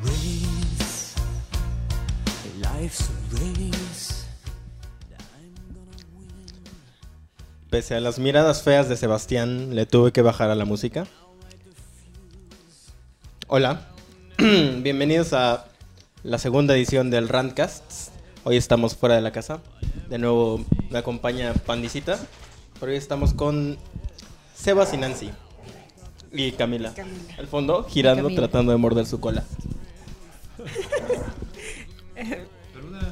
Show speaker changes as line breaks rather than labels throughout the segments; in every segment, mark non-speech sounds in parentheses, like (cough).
race. Life's a race.
Pese a las miradas feas de Sebastián, le tuve que bajar a la música. Hola, (clears throat) bienvenidos a la segunda edición del Randcast. Hoy estamos fuera de la casa. De nuevo me acompaña Pandicita. Por hoy estamos con Sebas y Nancy. Y Camila.
Camila.
Al fondo, girando,
Camila.
tratando de morder su cola.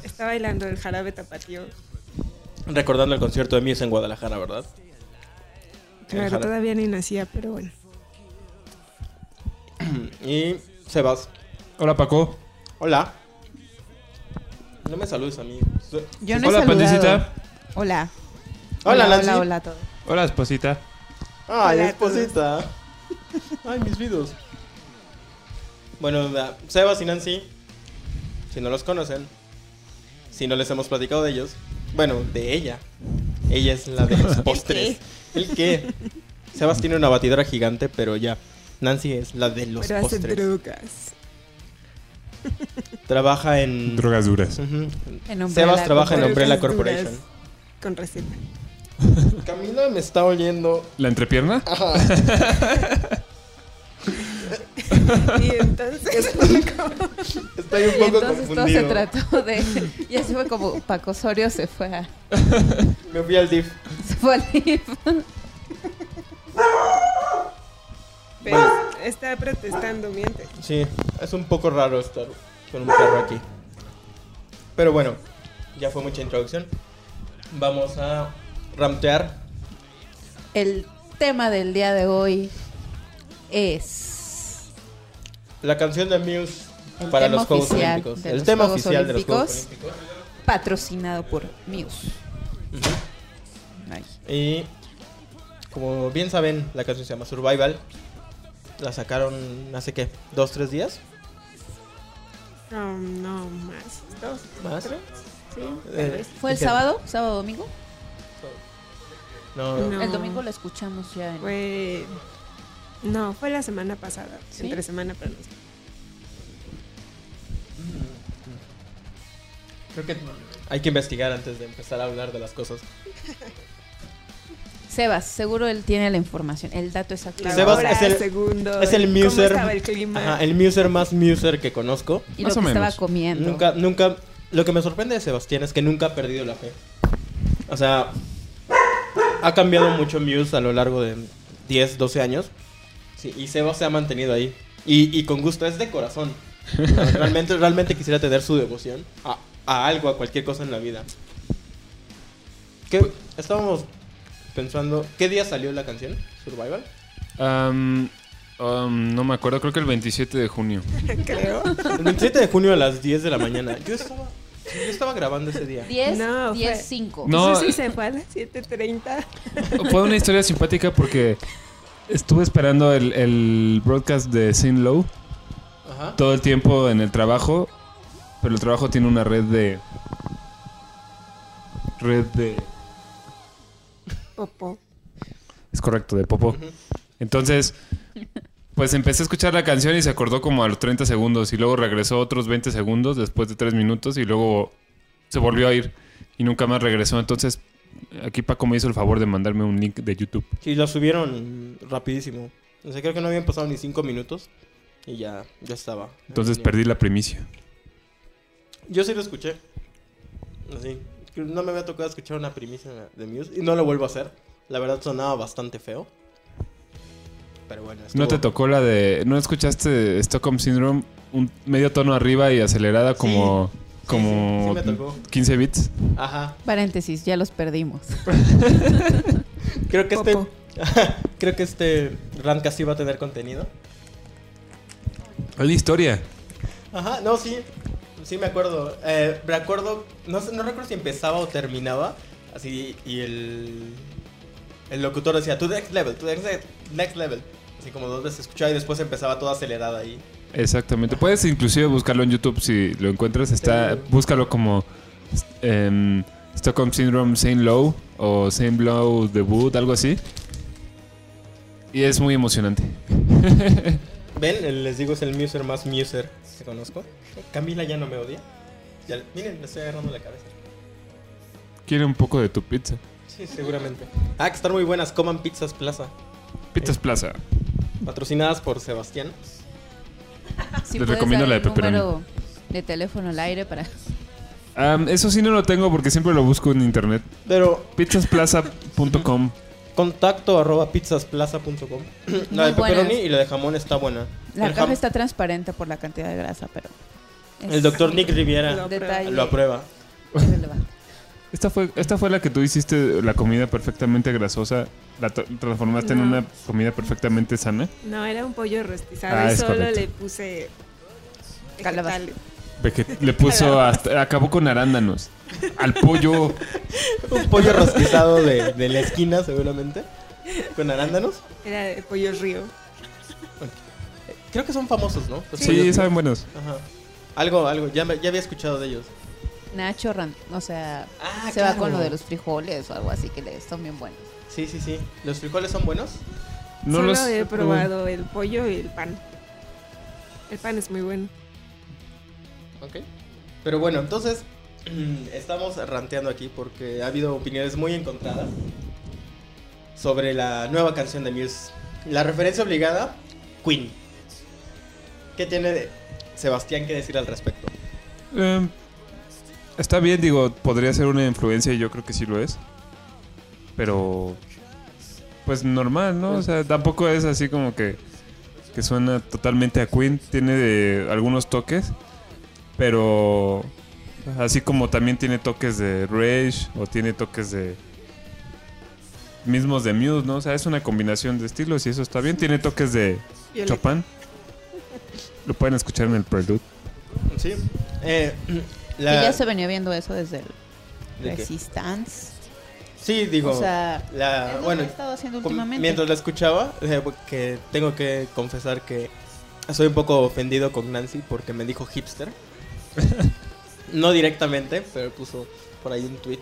Está bailando el jarabe tapatío.
Recordando el concierto de Muse en Guadalajara, ¿verdad?
Claro,
jarabe.
todavía ni nacía, pero bueno.
Y Sebas.
Hola Paco.
Hola. No me saludes a mí.
Yo no he
hola
saludado.
Pandicita.
Hola.
Hola, Nancy.
hola, hola a todos.
Hola Esposita.
Ay,
Hola a
esposita. Ay, mis vidos. Bueno, da- Sebas y Nancy, si no los conocen, si no les hemos platicado de ellos, bueno, de ella. Ella es la de los postres. ¿El qué? Sebas tiene una batidora gigante, pero ya. Nancy es la de los
pero hace
postres.
trucas.
Trabaja en.
Drogas duras.
Ujú.
En Umbrella
Sebas trabaja en
Corporation.
Umbrella
Drogas
Corporation. (laughs)
Con receta.
Camila me está oliendo.
¿La entrepierna?
(laughs)
Y (laughs) entonces. pues,
Estoy un
Y
poco
entonces todo se
confundido.
trató de. Ya se fue como Paco Osorio se fue a.
Me fui al DIF.
Se fue al DIF.
pero está protestando, miente.
Sí, es un poco raro estar con un perro aquí. Pero bueno, ya fue mucha introducción. Vamos a ramtear.
El tema del día de hoy es.
La canción de Muse
El
para
tema
los Juegos
oficial
Olímpicos.
de
El
los
tema
Juegos
oficial de los Juegos
Olímpicos. Patrocinado por Muse. Ay.
Y como bien saben, la canción se llama Survival. La sacaron hace qué, dos, tres días.
No, no, más. Dos.
¿Más?
tres. Sí,
Eh,
tal vez.
¿Fue el
dije-
sábado? ¿Sábado domingo?
No, no.
No.
El domingo lo escuchamos ya en.
Fue. No, fue la semana pasada.
¿Sí?
Entre semana para nosotros.
Creo que hay que investigar antes de empezar a hablar de las cosas.
Sebas, seguro él tiene la información, el dato exacto.
La
Sebas
hora,
es el-
segundo,
es el
cómo
muser-
estaba el clima.
Ajá, el muser más muser que conozco.
Y
Más
lo
o
que estaba
menos.
comiendo.
Nunca, nunca. Lo que me sorprende de Sebastián es que nunca ha perdido la fe. O sea, ha cambiado mucho Muse a lo largo de 10, 12 años. Sí, y Seba se ha mantenido ahí. Y, y con gusto, es de corazón. O sea, Realmente, realmente quisiera tener su devoción a, a algo, a cualquier cosa en la vida. ¿Qué? Estábamos pensando. ¿Qué día salió la canción? ¿Survival?
Am, am, no me acuerdo, creo que el 27 de junio.
(laughs) creo.
El 27 de junio a las 10 de la mañana. Yo estaba, yo estaba grabando ese día.
10,
No,
10,
fue-
5.
No.
No sé si se fue a las 7.30.
(laughs) Fue una historia simpática porque estuve esperando el, el broadcast de Sin Low
Ajá.
todo el tiempo en el trabajo, pero el trabajo tiene una red de... Red de...
Popo.
Es correcto, de Popo. Entonces, pues empecé a escuchar la canción y se acordó como a los 30 segundos y luego regresó otros 20 segundos después de 3 minutos y luego se volvió a ir y nunca más regresó. Entonces, aquí Paco me hizo el favor de mandarme un link de YouTube.
Sí, la subieron rapidísimo. O sea, creo que no habían pasado ni cinco minutos y ya, ya estaba.
Entonces
Ni-
perdí la primicia.
Yo sí lo escuché. Así. No me había tocado escuchar una primicia de Muse y no lo vuelvo a hacer. La verdad sonaba bastante feo. Pero bueno,
¿No te
estuvo-
tocó la de... ¿No escuchaste Stockholm Syndrome? Un medio tono arriba y acelerada como...
Sí, sí,
como
sí me tocó.
15 bits.
Ajá.
Paréntesis, ya los
(laughs)
perdimos.
Creo que este.
Popo.
(laughs) creo que este Rancast sí va a tener contenido.
Hay la historia.
Ajá, no, sí. Sí, me acuerdo. Eh, me acuerdo. No, sé- no recuerdo si empezaba o terminaba. Así, y el. El locutor decía, to the next level, to the next, next level. Así como dos veces escuchaba y después empezaba toda acelerada ahí.
Exactamente. Puedes inclusive buscarlo en YouTube si lo encuentras. Está, búscalo como em, Stockholm Syndrome Saint Low o Saint Low Debut, algo así. Y es muy emocionante.
¿Ven? Les digo, es el muser más muser que conozco. Camila ya no me odia. Ya- miren, le estoy agarrando la cabeza.
Quiere un poco de tu pizza.
Sí, seguramente. Ah, que están muy buenas. Coman Pizzas Plaza.
Pizzas Plaza.
Patrocinadas por Sebastián.
Si
Les
puedes
recomiendo
dar
la
el
de pepperoni.
número de teléfono al aire para...
Am, eso sí no lo tengo porque siempre lo busco en internet.
Pero
Pizzasplaza.com.
contacto arroba pizzasplaza.com. La
Muy
de pepperoni
buenas.
y la de jamón está buena.
La
el,
caja
jam-
está transparente por la cantidad de grasa, pero... es
el doctor Nick Riviera
No.
Detalle
lo aprueba.
irrelevante.
Esta fue, esta fue la que tú hiciste la comida perfectamente grasosa. La to- transformaste en
No.
una comida perfectamente sana.
No, era un pollo rostizado
Ah,
y
es
solo
correcto.
le puse
Calabaza.
vegetales.
Veget- Le puso hasta. Acabó con arándanos. Al pollo.
Un pollo rostizado de, de la esquina, seguramente. Con arándanos.
Era de pollo río.
Creo que son famosos, ¿no? Los
Sí,
pollos-
saben buenos.
Ajá. Algo, algo. Ya, me- ya había escuchado de ellos.
Nacho, ran- o sea,
Ah,
se va
claro.
con lo de los frijoles o algo así que le son bien buenos.
Sí, sí, sí. ¿Los frijoles son buenos?
No
solo
los
he probado el pollo y el pan. El pan es muy bueno.
Ok. Pero bueno, entonces (clears throat) estamos ranteando aquí porque ha habido opiniones muy encontradas sobre la nueva canción de Muse. La referencia obligada, Queen. ¿Qué tiene de- Sebastián que decir al respecto?
Eh, está bien, digo, podría ser una influencia y yo creo que sí lo es. Pero. Pues normal, ¿no? O sea, tampoco es así como que. Que suena totalmente a Queen. Tiene de algunos toques. Pero. Así como también tiene toques de Rage o tiene toques de. Mismos de Muse, ¿no? O sea, es una combinación de estilos y eso está bien. Tiene toques de
Violeta.
Chopin. Lo pueden escuchar en el prelude.
Sí. Eh, (clears throat)
Que
la,
ya se venía viendo eso desde el
¿de qué?
Resistance.
Sí, digo.
o sea, es
la,
lo
ah, bueno,
que he estado haciendo
Com-
últimamente.
Mientras la escuchaba, eh, que tengo que confesar que soy un poco ofendido con Nancy porque me dijo hipster. no directamente, pero puso por ahí un tweet.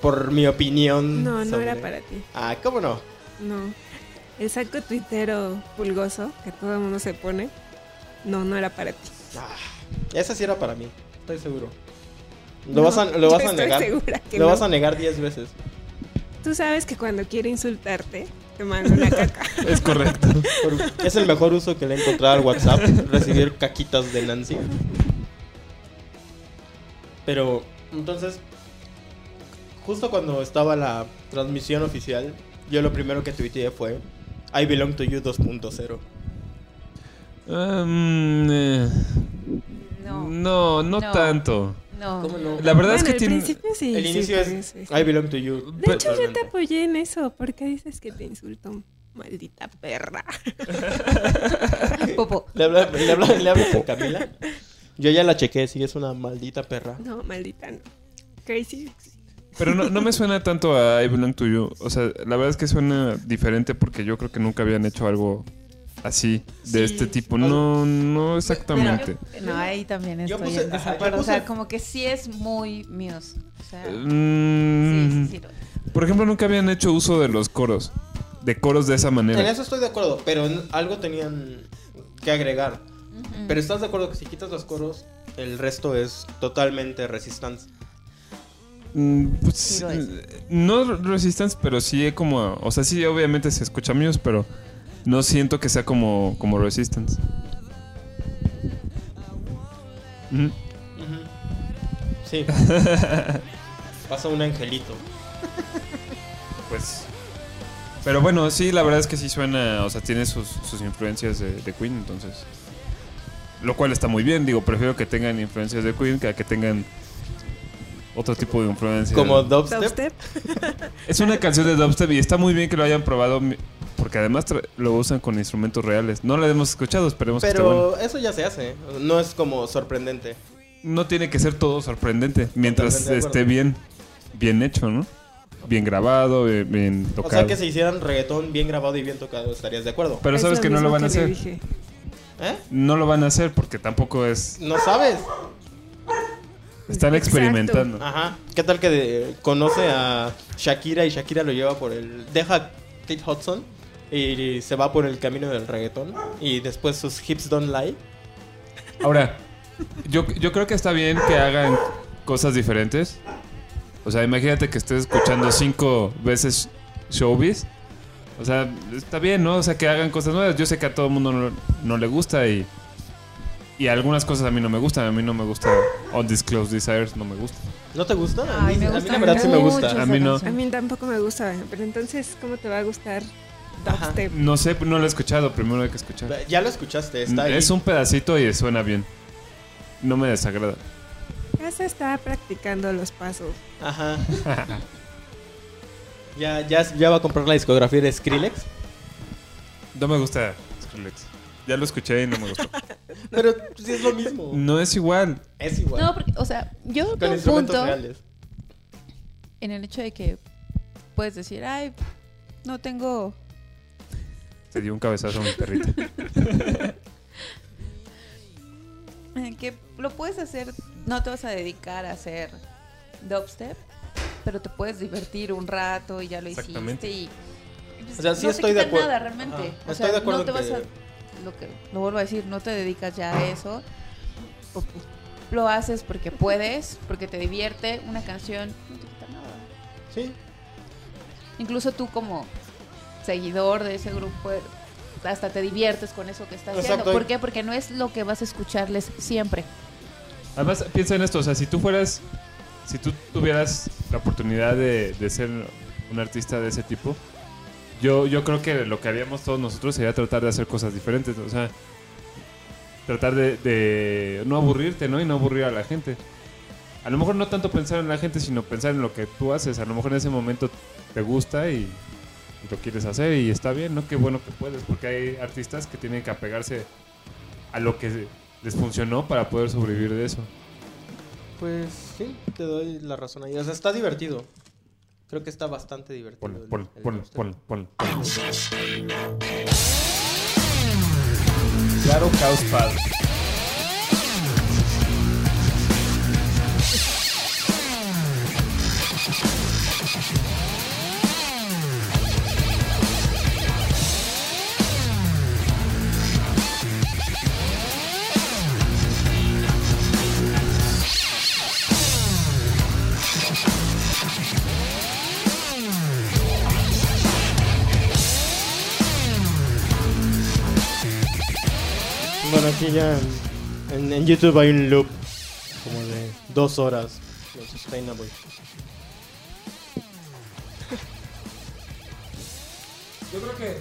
Por mi opinión.
No, no era
sobre-
para ti.
Ah, ¿cómo no?
No. El saco tuitero pulgoso que todo el mundo se pone. No, no era para ti.
Ah, esa sí era para mí, estoy seguro. Lo
No,
vas a, lo vas a
estoy
negar.
segura que
Lo
no.
vas a negar 10 veces.
Tú sabes que cuando quiero insultarte, te mando una caca.
Es correcto.
Por- es el mejor uso que le he encontrado al WhatsApp, recibir caquitas de Nancy. Pero, entonces, justo cuando estaba la transmisión oficial, yo lo primero que tuiteé fue I belong to you 2.0.
Um, eh,
No,
no, no,
No.
tanto.
no.
Mm, ¿Cómo
(laughs)
no?
La verdad es
Bueno,
que
al
tiene.
principio sí,
El
sí,
inicio
te
es
dices.
I belong to you.
De hecho,
Yo te
totalmente.
apoyé en eso. ¿Por qué dices que te insulto? Maldita perra. (laughs)
Popo.
¿Le habla- le habla- le hablas a Camila? Yo ya la chequé, sí, es una maldita perra.
No, maldita no. Crazy.
Pero no, no me suena tanto a I Belong to You. O sea, la verdad es que suena diferente porque yo creo que nunca habían hecho algo así, de este tipo. No, no exactamente.
No, ahí también
Yo
estoy
puse-
en
ajá, yo
desacuerdo. O sea,
puse-
como que sí es muy míos. O sea, sí,
Mm,
eh, sí, sí. lo es.
Por ejemplo, nunca habían hecho uso de los coros. De coros de esa
En
manera.
eso estoy de acuerdo, pero en algo tenían que agregar.
Ujú.
Pero estás de acuerdo que si quitas los coros, el resto es totalmente resistance.
Mm, pues,
Sí lo es.
no Resistance, pero sí como... O sea, sí obviamente se escucha Muse, pero no siento que sea como, como Resistance. Ujú.
Sí. (laughs) Pasa un angelito.
Pues. Pero bueno, sí, la verdad es que sí suena, o sea, tiene sus, sus influencias de, de Queen, entonces. Lo cual está muy bien, digo, prefiero que tengan influencias de Queen que a que tengan otro tipo de influencias.
Como dubstep.
Dubstep.
es una canción de dubstep y está muy bien que lo hayan probado, mi- porque además tra- lo usan con instrumentos reales. No la hemos escuchado, esperemos que esté bueno.
Pero eso ya se hace. ¿eh? No es como sorprendente.
No tiene que ser todo sorprendente, mientras
Totalmente de
esté
acuerdo.
bien, bien hecho, ¿no? Bien grabado, bien, bien tocado.
O sea, que si hicieran reggaetón bien grabado y bien tocado, estarías de acuerdo.
Pero
Es
sabes
lo
que no lo
mismo
van a
que le
hacer.
dije.
¿Eh?
no lo van a hacer porque tampoco es.
No sabes.
Están
Exacto.
experimentando.
Ajá. ¿Qué tal que de- conoce a Shakira y Shakira lo lleva por el. Deja Kate Hudson y se va por el camino del reggaetón y después sus hips don't lie.
Ahora, yo, yo creo que está bien que hagan cosas diferentes. O sea, imagínate que estés escuchando cinco veces showbiz. O sea, está bien, ¿no? O sea, que hagan cosas nuevas. Yo sé que a todo el mundo no, no le gusta y, y algunas cosas a mí no me gustan. A mí no me gusta Undisclosed Desires, no me gusta.
¿No te gusta? A
Ay,
mí-
me
a mí
gusta
la verdad sí me
mucho
gusta.
esa
A mí no.
canción.
A mí tampoco me gusta, pero entonces, ¿cómo te va a gustar
Ajá.
dubstep?
No sé, no lo he escuchado, primero hay que escuchar.
Ya lo escuchaste, está ahí.
Es un pedacito y suena bien. No me desagrada.
Ya se está practicando los pasos.
(laughs)
Ajá. ya, ya, ya va a comprar la discografía de
(laughs)
Skrillex.
No me gusta Skrillex. Ya lo escuché y no
(laughs)
me gustó.
Pero sí es lo mismo.
No es igual.
Mm. Es igual.
No, porque, o sea, yo
con
veo un
instrumentos
punto
reales.
en el hecho de que puedes decir, ay, no tengo.
Se dio un cabezazo a mi perrito.
eh, Que lo puedes hacer, no te vas a dedicar a hacer dubstep, pero te puedes divertir un rato y ya lo
Exactamente.
hiciste. Y, pues,
O sea, sí
no te
estoy de
quita
acuerdo.
nada realmente.
Ajá.
O
Estoy
sea,
de acuerdo
no te
en
vas
que-
a. Lo, que, lo vuelvo a decir, no te dedicas ya a eso. Lo haces porque puedes, porque te divierte. Una canción no te quita nada.
Sí.
incluso tú como seguidor de ese grupo eh, hasta te diviertes con eso que estás haciendo.
Exacto.
¿Por qué? Porque no es lo que vas a escucharles siempre.
(laughs) Además, piensa en esto, o sea, si tú fueras, si tú tuvieras la oportunidad de, de ser un artista de ese tipo, yo, yo creo que lo que haríamos todos nosotros sería tratar de hacer cosas diferentes, o sea, tratar de, de no aburrirte, ¿no? Y no aburrir a la gente. A lo mejor no tanto pensar en la gente, sino pensar en lo que tú haces. A lo mejor en ese momento te gusta y, y lo quieres hacer y está bien, ¿no? Qué bueno que puedes, porque hay artistas que tienen que apegarse a lo que les funcionó para poder sobrevivir de eso.
Pues sí, te doy la razón ahí. O sea, está divertido. Creo que está bastante divertido.
Ponlo,
el-
ponlo,
el
ponlo,
dubstep.
ponlo, ponlo, ponlo.
Claro, caos padre. Bueno, aquí ya en, en YouTube hay un loop como de dos horas de Sustainable.
Yo creo que,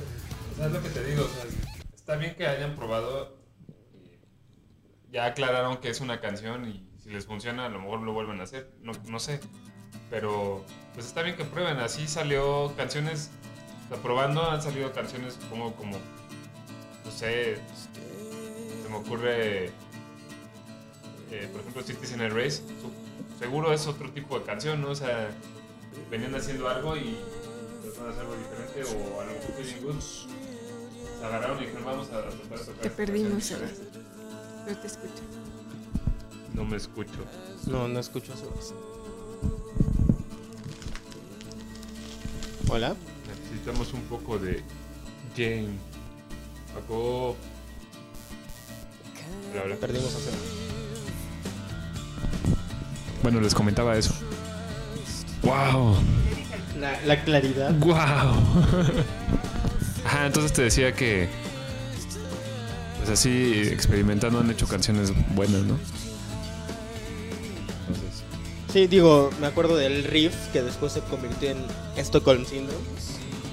o sea, es lo que te digo, o sea, está bien que hayan probado, y ya aclararon que es una canción y si les funciona a lo mejor lo vuelven a hacer, no, no sé, pero pues está bien que prueben, así salió canciones, o sea, probando han salido canciones como, como, no sé, se me ocurre, eh, por ejemplo, Cities in a Race, su- seguro es otro tipo de canción, ¿no? O sea, venían haciendo algo y trataron de hacer algo diferente o a lo mejor Feeling Good se agarraron y dijeron vamos a tratar de tocar
Te
esta
perdimos,
canción".
Sebas. No te escucho.
No me escucho.
No, no escucho su voz. Hola.
Necesitamos un poco de game. Acó. Bla, bla.
Perdimos a Seba.
Bueno, les comentaba eso. Wow,
La, la claridad.
wow. (laughs) Ajá, entonces te decía que pues así experimentando han hecho canciones buenas, ¿no? Entonces,
Sí, digo, me acuerdo del riff que después se convirtió en Stockholm Syndrome.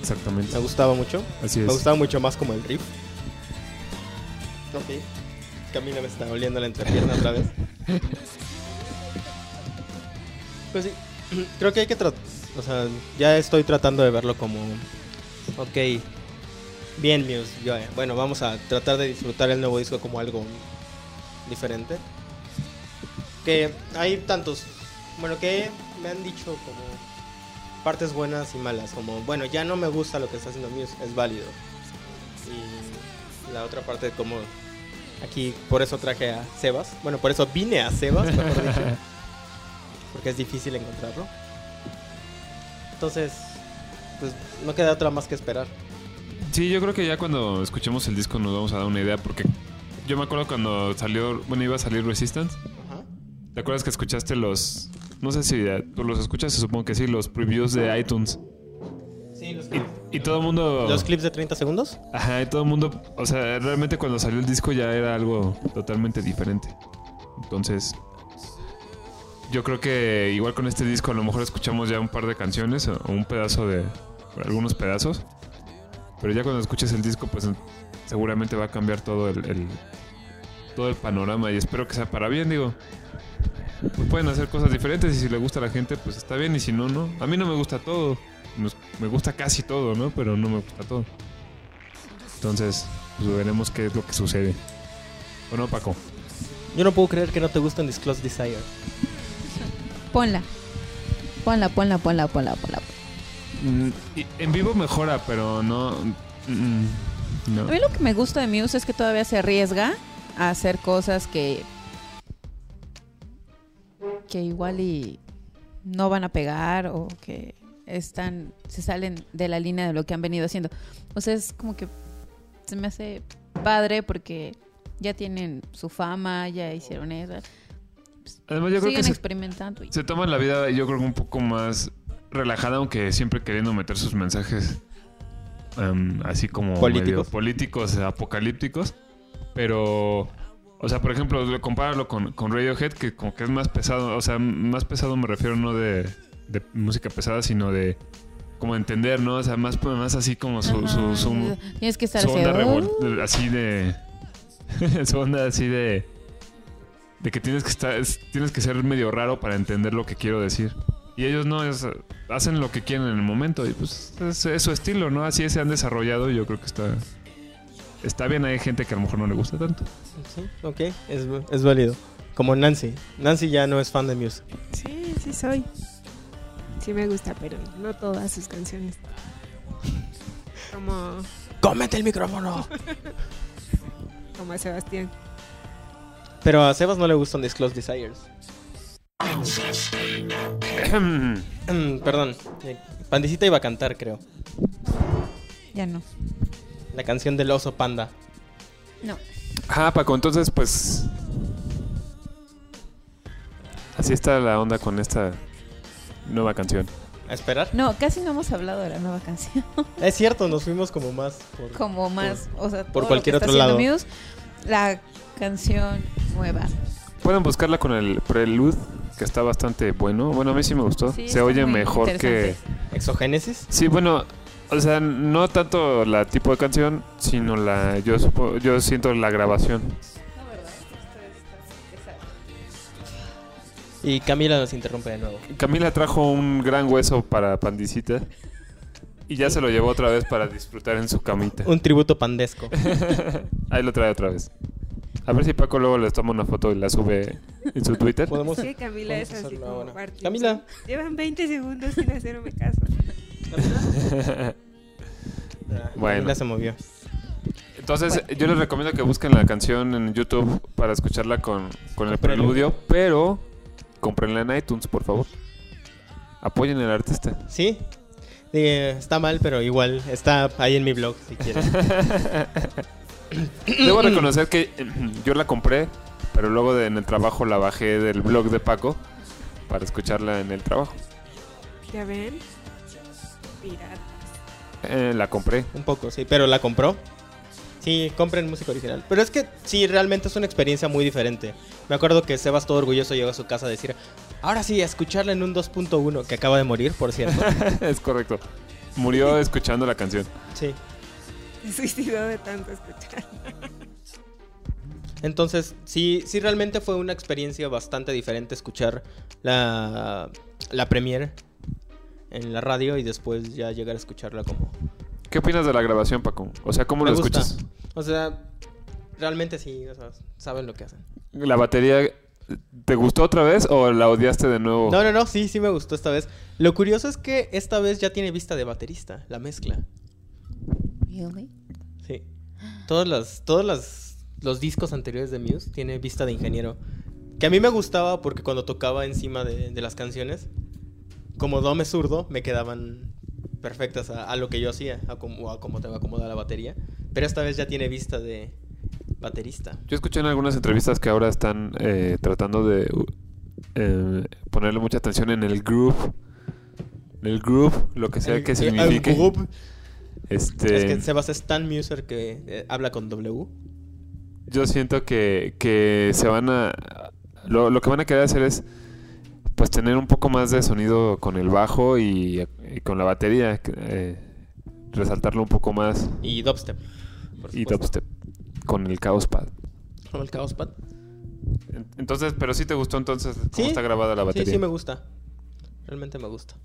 exactamente.
Me gustaba mucho.
Así
Me
es.
gustaba mucho más como el riff. Ok. Camila me está oliendo la entrepierna otra vez. Pues sí, (clears throat) creo que hay que tratar. O sea, ya estoy tratando de verlo como. Ok. Bien, Muse. yo, eh, Bueno, vamos a tratar de disfrutar el nuevo disco como algo diferente. Que hay tantos. Bueno, que me han dicho como partes buenas y malas, como, bueno, ya no me gusta lo que está haciendo Muse, es válido. Y la otra parte como, aquí por eso traje a Sebas, bueno, por eso vine a Sebas, mejor dicho, porque es difícil encontrarlo. Entonces, pues no queda otra más que esperar.
Sí, yo creo que ya cuando escuchemos el disco nos vamos a dar una idea porque yo me acuerdo cuando salió, bueno, iba a salir Resistance.
Ajá.
¿Te acuerdas que escuchaste los, no sé si ya tú los escuchas, supongo que sí, los previews de iTunes?
Sí, los
Y, y todo el mundo...
¿Los clips de 30 segundos?
Ajá, y todo el mundo, o sea, realmente cuando salió el disco ya era algo totalmente diferente. Entonces, yo creo que igual con este disco a lo mejor escuchamos ya un par de canciones o un pedazo de algunos pedazos. Pero ya cuando escuches el disco, pues seguramente va a cambiar todo el, el- todo el panorama y espero que sea para bien, digo. Pues pueden hacer cosas diferentes y si le gusta a la gente, pues está bien y si no, no. A mí no me gusta todo. Nos- Me gusta casi todo, ¿no? Pero no me gusta todo. Entonces, pues veremos qué es lo que sucede. Bueno, Paco.
Yo no puedo creer que no te gusten Disclosed Desire.
Ponla. Ponla, ponla, ponla, ponla, ponla.
Mm, y- en vivo mejora, pero no. mm, no.
A mí lo que me gusta de Muse es que todavía se arriesga a hacer cosas que. que igual y no van a pegar o que están. se salen de la línea de lo que han venido haciendo. O sea, es como que se me hace padre porque ya tienen su fama, ya hicieron eso.
Además, yo creo
Siguen
que se,
experimentando. y-
se toman la vida, yo creo que un poco más relajada, aunque siempre queriendo meter sus mensajes em, así como
Políticos.
medio políticos, eh, apocalípticos. Pero, o sea, por ejemplo, lo- compáralo con, con Radiohead, que como que es más pesado, o sea, más pesado me refiero no de, de música pesada, sino de como entender, ¿no? O sea, más, más así como su- su-
Ajá,
su,
Tienes que estar
su onda
así,
revol- de- así de (laughs) su onda así de de que tienes que estar es- tienes que ser medio raro para entender lo que quiero decir y ellos no es- hacen lo que quieren en el momento y pues es, es su estilo no así se han desarrollado y yo creo que está está bien hay gente que a lo mejor no le gusta tanto
Sí, ok, es, es válido. Como Nancy. Nancy ya no es fan de Muse.
Sí, sí soy. Sí me gusta, pero no todas sus canciones. Como,
¡Cómete el micrófono!
como a Sebastián.
Pero a Sebas no le gustan Disclosed Desires. (clears throat) Mm, Perdón. eh, Pandicita iba a cantar, creo.
Ya no.
La canción del oso panda.
No.
(clears throat) ah Paco entonces pues así está la onda con esta nueva canción
¿A esperar?
No, casi no hemos hablado de la nueva canción.
Es cierto, nos fuimos como más por...
Como más, o sea,
por
todo lo
cualquier
que está
otro lado.
haciendo Muse, la canción nueva.
Pueden buscarla con el prelude, que está bastante bueno. Bueno, a mí sí me gustó.
Sí,
Se
está
oye
muy
mejor que...
interesante.
¿Exogénesis?
Sí, bueno, o sea, no tanto la tipo de canción, sino la... Yo, supo- yo siento la grabación.
Y Camila nos interrumpe de nuevo.
Camila trajo un gran hueso para Pandicita y ya se lo llevó otra vez para disfrutar en su camita.
Un tributo pandesco.
Ahí lo trae otra vez. A ver si Paco luego les toma una foto y la sube en su Twitter. (laughs)
Podemos...
Es que Camila
podemos
es así
hacerlo
como
ahora.
Bart Simpson.
Camila.
Llevan 20 segundos sin hacerme caso.
Ah,
Bueno.
Camila se movió.
Entonces, yo les recomiendo que busquen la canción en YouTube para escucharla con, con el
Preludio.
preludio, pero comprenla en iTunes, por favor. Apoyen al artista.
(clears throat) Sí. Eh, está mal, pero igual está ahí en mi blog si quieres.
Debo reconocer que (clears throat) yo la compré, pero luego de- en el trabajo la bajé del blog de Paco para escucharla en el trabajo.
¿Ya ven? Pirata.
Eh, la compré. (laughs)
Un poco, sí, pero la compró. Sí, compren música original. Pero es que sí, realmente es una experiencia muy diferente. Me acuerdo que Sebas todo orgulloso llegó a su casa a decir, ahora sí, a escucharla en un 2.1, que acaba de morir, por cierto.
(laughs) es correcto.
(clears throat)
Murió escuchando la canción.
sí.
Se suicidó de tanto escuchar.
Entonces, sí, sí realmente fue una experiencia bastante diferente escuchar la, la premiere en la radio y después ya llegar a escucharla como...
¿Qué opinas de la grabación, Paco? O sea, ¿cómo
Me
lo
gusta.
escuchas?
O sea, realmente sí, o sea, saben lo que hacen.
¿La batería te gustó otra vez o la odiaste de nuevo?
No, no, no, sí, sí me gustó esta vez. Lo curioso es que esta vez ya tiene vista de baterista, la mezcla.
Really?
Sí. Todos los, todos las- los discos anteriores de Muse tiene vista de ingeniero. Que a mí me gustaba porque cuando tocaba encima de, de las canciones, como dome zurdo, me quedaban perfectas a, a lo que yo hacía, a cómo, a cómo te va a acomodar la batería. Pero esta vez ya tiene vista de baterista.
Yo escuché en algunas entrevistas que ahora están eh, tratando de uh, eh, ponerle mucha atención en el groove. El groove, lo que sea
El-
que
el- el
signifique.
group.
Este,
Es que Sebas es tan muser que eh, habla con W.
Yo siento que, que se van a... Lo, lo que van a querer hacer es pues tener un poco más de sonido con el bajo y, y con la batería. que, eh, resaltarlo un poco más.
Y dubstep. por
Y
supuesto.
dubstep. Con el caos pad.
Con el caos pad.
En- Entonces, pero sí te gustó entonces cómo
Sí.
está grabada la
Sí,
batería.
sí me gusta. Realmente me gusta.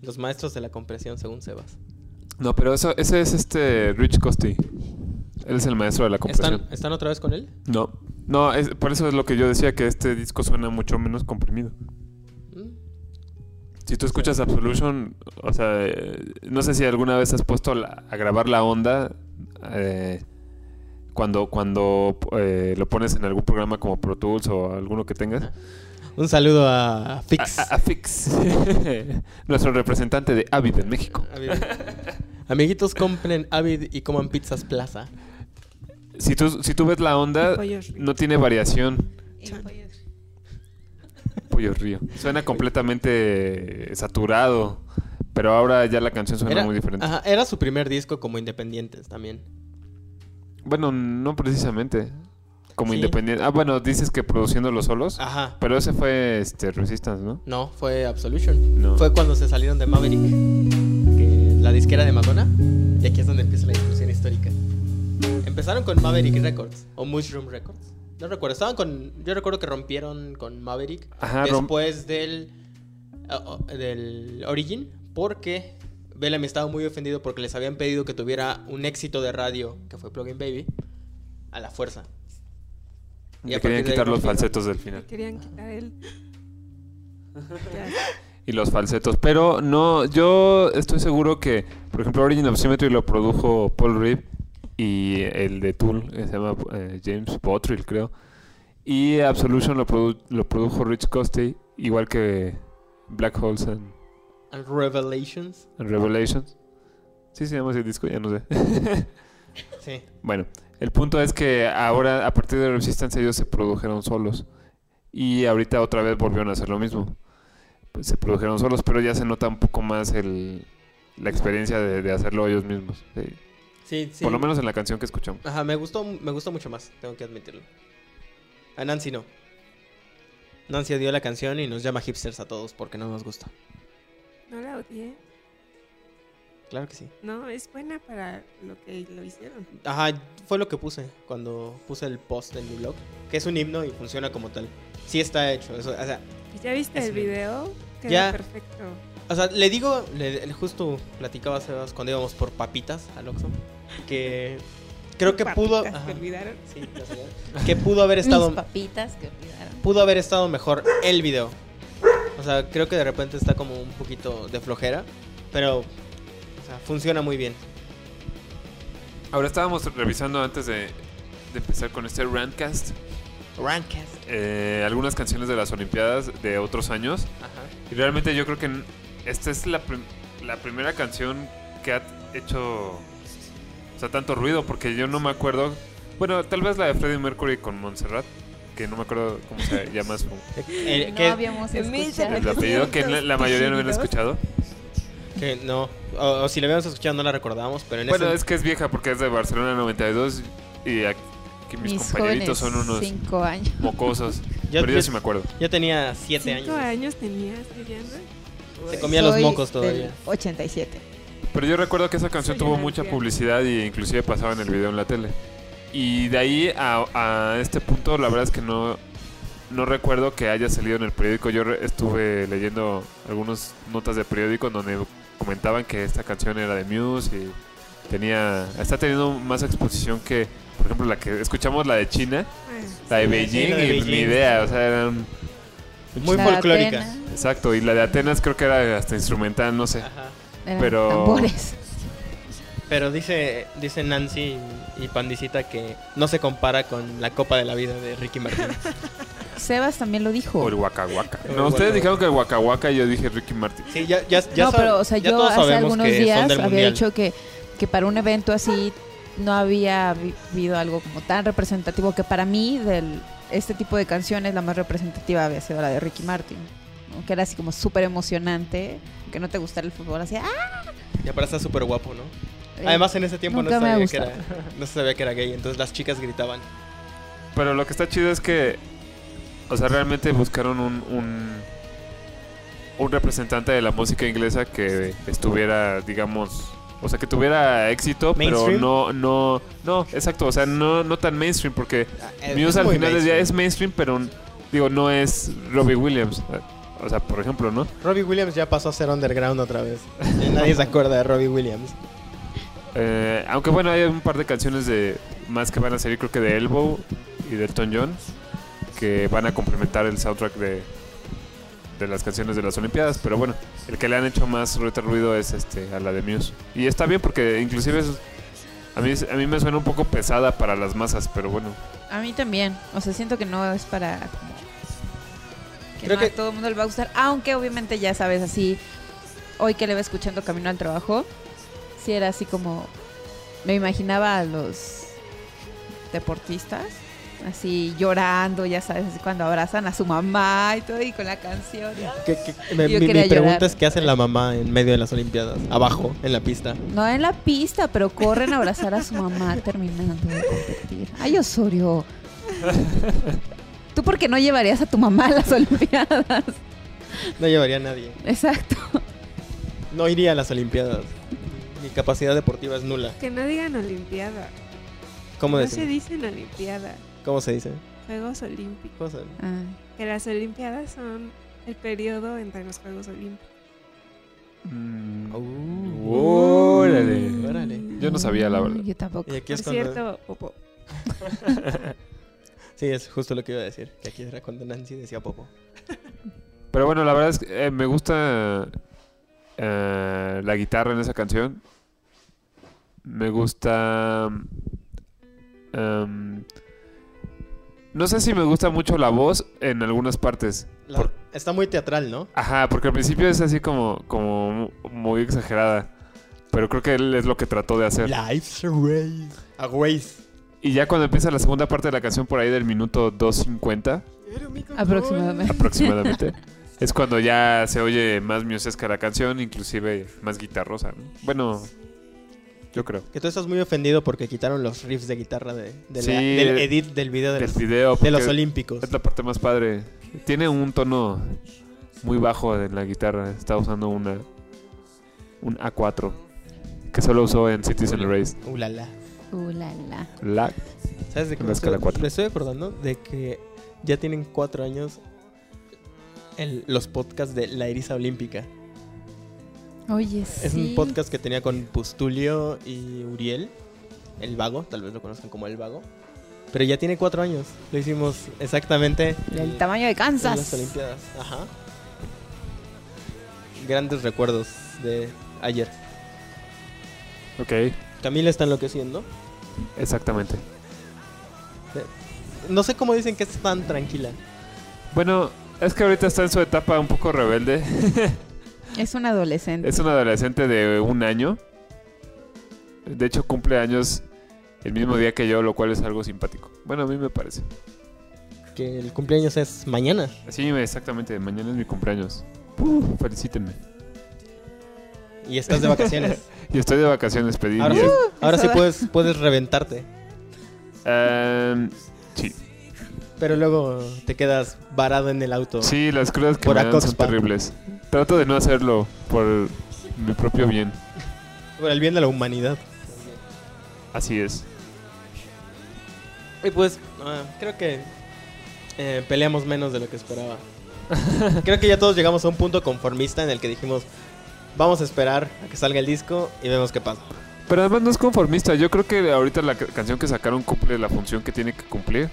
Los maestros de la compresión, según Sebas.
No, pero eso, ese es este Rich Costi. Él es el maestro de la compresión.
¿Están, ¿Están otra vez con él?
No, no, es- por eso es lo que yo decía, que este disco suena mucho menos comprimido.
Mm.
Si tú escuchas Absolution, o sea, eh, no sé si alguna vez has puesto la- a grabar la onda eh, cuando, cuando eh, lo pones en algún programa como Pro Tools o alguno que tengas.
Un saludo a Fix.
A, a- a Fix, (laughs) nuestro representante de Avid en México.
Avid. Amiguitos, compren Avid y coman pizzas plaza.
Si tú, si tú ves la onda,
Pollos Río.
no tiene variación. Pollo Río. Suena completamente saturado, pero ahora ya la canción suena muy diferente.
ajá, era su primer disco como independientes también.
Bueno, no precisamente. Como
Sí.
independiente. Ah, bueno, dices que produciendo los solos.
Ajá.
Pero ese fue este, Resistance, ¿no?
No, fue Absolution.
No.
Fue cuando se salieron de Maverick, que la disquera de Madonna. Y aquí es donde empieza la discusión histórica. Empezaron con Maverick Records o Mushroom Records. No recuerdo, estaban con. Yo recuerdo que rompieron con Maverick
Ajá, rom-
después del. eh, o- o- del Origin, porque Bellamy estaba muy ofendido porque les habían pedido que tuviera un éxito de radio, que fue Plugin Baby, a la fuerza. Y
Le
a
querían
partir de ahí
quitar los
rompieron.
falsetos del final.
Querían quitar el. Ya.
Y los falsetos. Pero no, yo estoy seguro que, por ejemplo, Origin of Symmetry lo produjo Paul Reed y el de Tool, que se llama eh, James Bottrill, creo. Y Absolution lo, produ- lo produjo Rich Costey, igual que Black Holes and
And Revelations.
and Revelations. Sí, se llama ese disco, ya no sé. (laughs)
Sí.
Bueno, el punto es que ahora, a partir de Resistance, ellos se produjeron solos. Y ahorita otra vez volvieron a hacer lo mismo. Pues se produjeron solos, pero ya se nota un poco más el, la experiencia de, de hacerlo ellos mismos. sí.
Sí, sí.
Por lo menos en la canción que escuchamos.
Ajá, me gustó, me gustó mucho más, tengo que admitirlo. A Nancy no. Nancy odió la canción y nos llama hipsters a todos porque no nos gusta.
No la odié.
Claro que sí.
No, es buena para lo que lo hicieron.
Ajá, fue lo que puse cuando puse el post en mi blog, que es un himno y funciona como tal. Sí está hecho, eso, o sea,
Y ¿Ya viste
Es
el
bien.
video? Quedó
Ya.
perfecto.
O sea, le digo, le- le- justo platicaba Sebas cuando íbamos por papitas al Oxxo, que creo que pudo...
Papitas,
ajá,
¿Te olvidaron?
sí, ya sé, ya. que pudo haber estado...
Mis papitas que olvidaron.
pudo haber estado mejor el video. O sea, creo que de repente está como un poquito de flojera, pero o sea, funciona muy bien.
Ahora estábamos revisando antes de, de empezar con este Randcast
Rankcast.
eh, algunas canciones de las Olimpiadas de otros años.
Ajá.
Y realmente yo creo que n- esta es la, prim- la primera canción que ha hecho o sea, tanto ruido, porque yo no me acuerdo. Bueno, tal vez la de Freddie Mercury con Montserrat, que no me acuerdo cómo (laughs) se llama su
Eh,
no
que,
habíamos
En mil
escuchado.
el apellido, que la, la mayoría no habían escuchado.
que no, o, o si la habíamos escuchado no la recordábamos, pero en
Bueno,
ese
es que es vieja porque es de Barcelona 92 y aquí
Mis
mis, compañeritos
jóvenes,
son unos
cinco años.
mocosos.
Yo-
pero
yo-
yo sí me acuerdo.
yo tenía 7
¿Cinco
años.
años este tenías, Viviana?
Se comía los
Soy
mocos
del
todavía.
87.
Pero yo recuerdo que esa canción
Soy
tuvo
una
mucha
anciana.
publicidad y inclusive pasaban el video en la tele. Y de ahí a, a este punto, la verdad es que no, no recuerdo que haya salido en el periódico. Yo re- estuve leyendo algunas notas de periódico en donde comentaban que esta canción era de Muse y tenía está teniendo más exposición que, por ejemplo, la que escuchamos, la de China,
Ah,
la de
Sí, la
Beijing,
de
y
Beijing.
ni idea, o sea, eran...
Muy
La
folclórica.
Atena,
Exacto, y la de Atenas creo que era hasta instrumental, no sé.
Ajá.
eran
Pero-
Tambores.
Pero dice, dice
(laughs)
Nancy y Pandicita que no se compara con la Copa de la Vida de Ricky Martin.
Sebas también lo dijo.
O el Waka Waka.
El
No, ustedes
Waka
dijeron que el Waka Waka y yo dije Ricky Martin.
Sí, ya, ya, ya
no,
sab-
pero o sea,
ya
yo
todos
hace
sabemos
algunos
que
días
son del
había
mundial.
dicho que, que para un evento así no había vi- habido algo como tan representativo que para mí del este tipo de canciones la más representativa había sido la de Ricky Martin, ¿no? que era así como súper emocionante, que no te gustara el fútbol, así ¡ah!
Y aparte está súper guapo, ¿no?
Eh,
Además, en ese tiempo no
nunca me
sabía,
ha
que era, no se sabía que era gay, entonces las chicas gritaban.
Pero lo que está chido es que, o sea, realmente buscaron un, un, un representante de la música inglesa que estuviera, digamos, o sea, que tuviera éxito,
¿Mainstream?
pero no, no, no, exacto, o sea, no, no tan mainstream, porque Ah, Muse al final del día es mainstream, pero digo, no es Robbie Williams, o sea, por ejemplo, ¿no?
Robbie Williams ya pasó a ser underground otra vez. Ya nadie se acuerda de Robbie Williams.
Eh, aunque bueno, hay un par de canciones de más que van a salir, creo que de Elbow y de Elton John, que van a complementar el soundtrack de, de las canciones de las Olimpiadas. Pero bueno, el que le han hecho más ahorita ruido es este a la de Muse. Y está bien porque inclusive es- a, mí, a mí me suena un poco pesada para las masas, pero bueno.
A mí también, o sea, siento que no es para como que
Creo
no
que-
a todo el mundo le va a gustar, aunque obviamente ya sabes así hoy que le va escuchando camino al trabajo, si era así como me imaginaba a los deportistas así llorando, ya sabes, así cuando abrazan a su mamá y todo y con la canción.
¿Qué- qué- me- mi,
Yo
mi
quería
pregunta
llorar.
es: ¿qué hace la mamá en medio de las Olimpiadas? Abajo, en la pista.
No en la pista, pero corren a abrazar a su mamá terminando de competir. Ay,
(laughs)
Osorio. ¿Tú por qué no llevarías a tu mamá a las Olimpiadas?
No llevaría a nadie.
Exacto.
No iría a las Olimpiadas. Mi capacidad deportiva es nula.
Que no digan Olimpiada.
¿Cómo,
No
decimos?
se dicen Olimpiada.
¿Cómo se dice?
Juegos
¿Cómo
Olímpicos.
se-
Ay,
Que las Olimpiadas son el periodo entre los Juegos Olímpicos.
Mm.
Uh.
Órale.
Órale.
Yo no sabía, la verdad.
Yo tampoco.
Y aquí
Por
es cuando-
cierto, Popo.
Sí, es justo lo que iba a decir. Que aquí era cuando Nancy decía popo.
Pero bueno, la verdad es que eh, me gusta eh, la guitarra en esa canción. Me gusta... em, no sé si me gusta mucho la voz en algunas partes.
La-
Por-
Está muy teatral, ¿no?
ajá, porque al principio es así como, como mu- muy exagerada. Pero creo que él es lo que trató de hacer.
Life's a race. A race.
Y ya cuando empieza la segunda parte de la canción por ahí del minuto 2.50
Aproximadamente.
aproximadamente, es cuando ya se oye más musesca la canción, inclusive más guitarrosa. ¿no? Bueno, yo creo.
Que tú estás muy ofendido porque quitaron los riffs de guitarra de, de la-
Sí,
del edit del video de
el
los,
video
de los
porque
Olímpicos.
es la parte más padre tiene un tono muy bajo en la guitarra está usando una un A4 que solo usó en Citizen Race
Uh, la, la.
Uh, la, la.
la
¿Sabes de qué
Una
me
escala
estoy-
cuatro.
Me estoy acordando de que ya tienen cuatro años el- los podcasts de La Eriza Olímpica.
Oye,
Es
sí.
un podcast que tenía con Pustulio y Uriel, el vago, tal vez lo conozcan como el vago. Pero ya tiene cuatro años. Lo hicimos exactamente
Del
en-
tamaño de
en las
Kansas.
Olimpiadas. Ajá. Grandes recuerdos de ayer.
ok
Camila está enloqueciendo.
exactamente
No sé cómo dicen que es tan tranquila.
bueno es que ahorita está en su etapa un poco rebelde
Es un adolescente.
es un adolescente de un año de hecho cumple años el mismo día que yo lo cual es algo simpático bueno a mí me parece
Que el cumpleaños es mañana.
sí exactamente mañana es mi cumpleaños felicítenme
Y estás de vacaciones.
y estoy de vacaciones pedí
Ahora sí,
días.
ahora
eso
sí
da.
puedes, puedes reventarte.
Em, sí.
Pero luego te quedas varado en el auto.
Sí, las crudas que
Por
me dan son
Acoxpa.
terribles. Trato de no hacerlo por mi propio bien.
Por el bien de la humanidad.
Así es.
Y pues, ah, creo que eh, peleamos menos de lo que esperaba. (laughs) creo que ya todos llegamos a un punto conformista en el que dijimos, vamos a esperar a que salga el disco y vemos qué pasa.
Pero además no es conformista. Yo creo que ahorita la ca- canción que sacaron cumple la función que tiene que cumplir.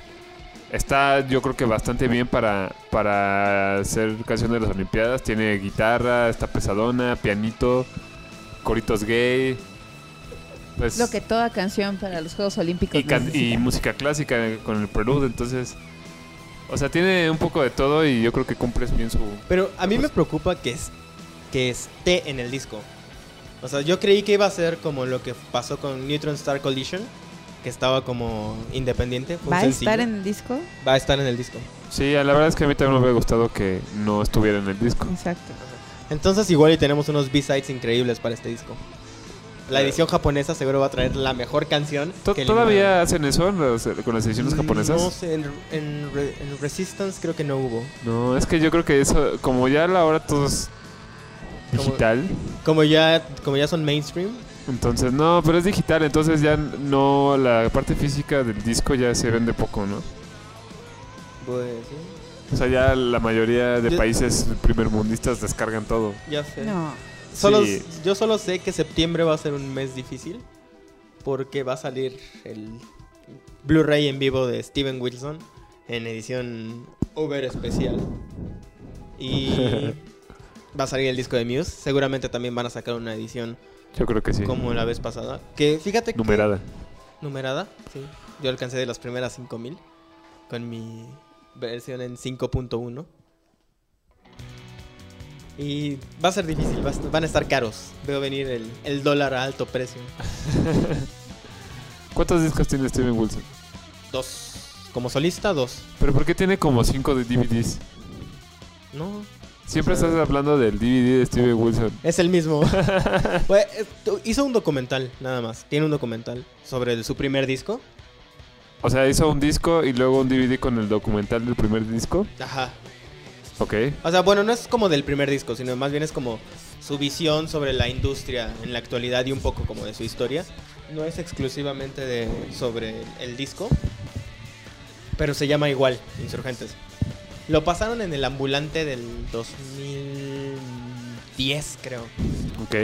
Está, yo creo que bastante bien para, para ser canción de las Olimpiadas. Tiene guitarra, está pesadona, pianito, coritos gay. Pues,
Lo que toda canción para los Juegos Olímpicos.
y, can- y
necesita.
música clásica con el prelude. Entonces, O sea, tiene un poco de todo y yo creo que cumples bien su...
Pero a
Pues
mí me preocupa que, es, que esté en el disco. O sea, yo creí que iba a ser como lo que pasó con Neutron Star Collision, que estaba como independiente. fue un
¿Va a
sencillo.
estar en el disco?
Va a estar en el disco.
Sí, la verdad es que a mí también me hubiera gustado que no estuviera en el disco.
Exacto.
Entonces igual y tenemos unos B-sides increíbles para este disco. La edición japonesa seguro va a traer la mejor canción.
To-
que le-
¿Todavía hacen eso en las- con las ediciones japonesas?
No sé, en, en Re- en Resistance creo que no hubo.
No, es que yo creo que eso, como ya la hora todo es
Como-
digital,
Como ya, como ya son mainstream,
entonces no, pero es digital, entonces ya no, la parte física del disco ya se vende poco, ¿no?
pues sí,
O sea, ya la mayoría de
Yo-
países primermundistas descargan todo.
ya sé.
No.
Solo-
Sí.
Yo solo sé que septiembre va a ser un mes difícil porque va a salir el Blu-ray en vivo de Steven Wilson en edición Uber especial.
(laughs)
Y va a salir el disco de Muse. Seguramente también van a sacar una edición
Yo creo que sí.
como la vez pasada. Que fíjate que...
Numerada.
Numerada, sí. Yo alcancé de las primeras 5000 con mi versión en 5.1. Y va a ser difícil, va a est- van a estar caros. Veo venir el, el dólar a alto precio.
¿Cuántos discos tiene Steven Wilson?
Dos. Como solista, dos.
¿Pero por qué tiene como 5 de DVDs?
No,
Siempre
O sea-
estás hablando del DVD de Steven Wilson.
es el (laughs) mismo. Fue- eh, tu- hizo un documental, nada más. Tiene un documental sobre el- su primer disco.
O sea, hizo un disco y luego un DVD con el documental del primer disco.
Ajá.
Ok.
O sea, bueno, no es como del primer disco, sino más bien es como su visión sobre la industria en la actualidad y un poco como de su historia. No es exclusivamente de, sobre el disco, pero se llama igual, Insurgentes. Lo pasaron en el ambulante del 2010, creo.
Ok.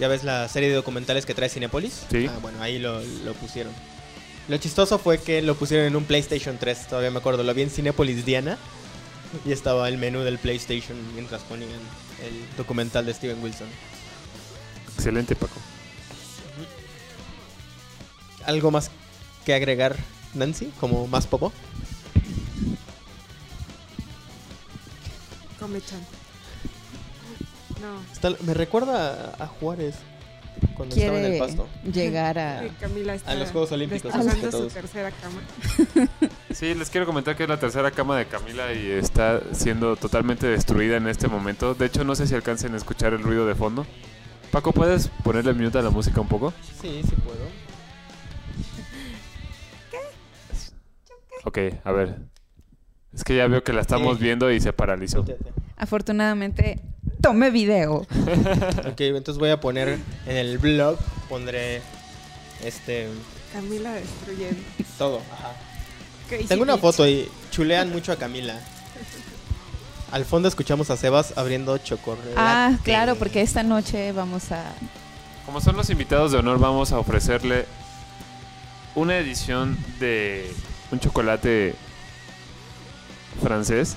Ya ves la serie de documentales que trae Cinepolis.
Sí.
Ah, bueno, ahí lo, lo pusieron. Lo chistoso fue que lo pusieron en un PlayStation 3, todavía me acuerdo. Lo vi en Cinepolis Diana y estaba el menú del PlayStation mientras ponían el documental de Steven Wilson.
Excelente, Paco.
¿Algo más que agregar, Nancy? ¿Como más popo?
Come chon. No,
Está- me recuerda a Juárez cuando estaba en el
Quiere
pasto.
llegar a...
que Camila está
Ah, A los Juegos Olímpicos,
destrozando
así que
su
todos.
tercera cama.
Sí, les quiero comentar que es la tercera cama de Camila y está siendo totalmente destruida en este momento. De hecho, no sé si alcancen a escuchar el ruido de fondo. Paco, ¿puedes ponerle mute a la música un poco?
Sí, sí puedo.
Ok, a ver. Es que ya veo que la estamos
Sí.
viendo y se paralizó.
Afortunadamente, tomé video.
Ok, entonces voy a poner en el blog, pondré este
Camila destruyendo.
todo. Ajá.
Crazy
Tengo una
bitch.
foto y chulean mucho a Camila. Al fondo escuchamos a Sebas abriendo chocorreo.
Ah, claro, porque esta noche vamos a...
Como son los invitados de honor, vamos a ofrecerle una edición de un chocolate francés.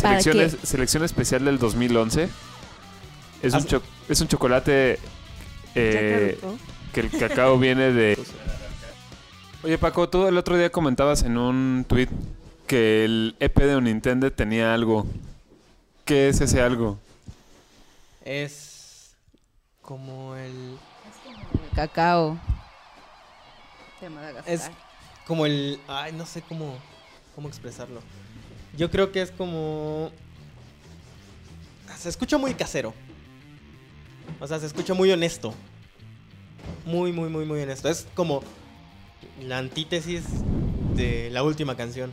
¿Para
Selección, es- selección especial del 2011. Es un,
Haz-
cho- es un chocolate eh,
Ya caducó.
que el
(laughs)
cacao viene de... Oye Paco, tú el otro día comentabas en un tweet que el EP de Nintendo tenía algo. ¿Qué es ese algo?
Es como el
Cacao. De
Es-
Madagascar.
como el ay, no sé cómo cómo expresarlo. Yo creo que es como se escucha muy casero. O sea, se escucha muy honesto. Muy muy muy muy honesto. Es como la antítesis de la última canción.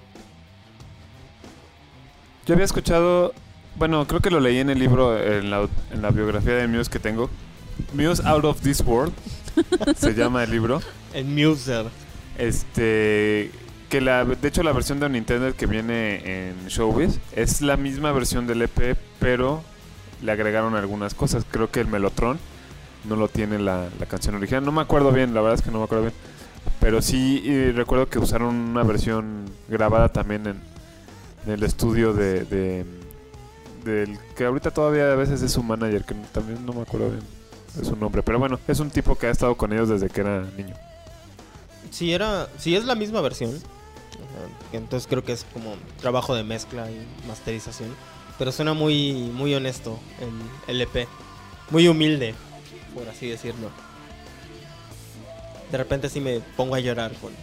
Yo había escuchado, bueno, creo que lo leí en el libro, en la, en la biografía de Muse que tengo. Muse Out of This World, se llama el libro.
El Muser.
Este, que la, de hecho la versión de Nintendo que viene en Showbiz es la misma versión del EP, pero le agregaron algunas cosas. Creo que el Melotron no lo tiene la, la canción original. No me acuerdo bien, la verdad es que no me acuerdo bien. Pero sí eh, recuerdo que usaron una versión grabada también en, en el estudio de, de- del que ahorita todavía a veces es su manager, que también no me acuerdo bien de su nombre. Pero bueno, es un tipo que ha estado con ellos desde que era niño.
Si era, si es la misma versión, Ajá. Entonces creo que es como trabajo de mezcla y masterización. Pero suena muy, muy honesto en el EP. Muy humilde, por así decirlo. De repente sí me pongo a llorar con,